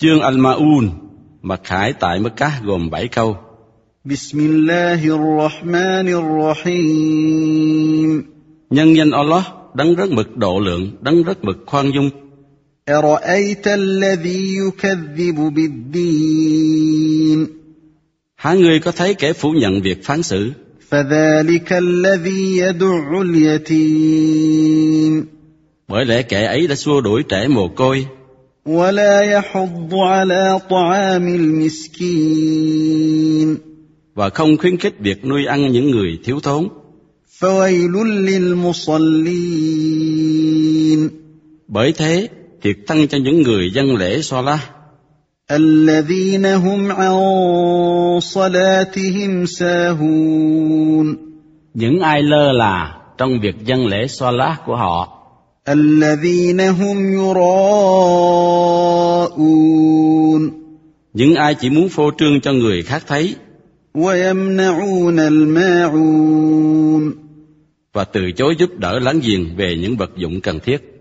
Chương Al-Ma'un mặc khải tại Mecca gồm 7 câu. بسم الله الرحمن الرحيم Nhân danh Allah, đấng rất mực độ lượng, đấng rất mực khoan dung. أرأيت الذي يكذب بالدين Há ngươi có thấy kẻ phủ nhận việc phán xử? فذلك الذي يدع اليتيم Bởi lẽ kẻ ấy đã xua đuổi trẻ mồ côi ولا يحض على طعام المسكين và không khuyến khích việc nuôi ăn những người thiếu thốn. فويل للمصلين Bởi thế, thiệt tăng cho những người dân lễ Salah الذين هم عن صلاتهم ساهون những ai lơ là trong việc dân lễ Salah của họ, الذين هم يراءون những ai chỉ muốn phô trương cho người khác thấy ويمنعون الماعون và từ chối giúp đỡ láng giềng về những vật dụng cần thiết.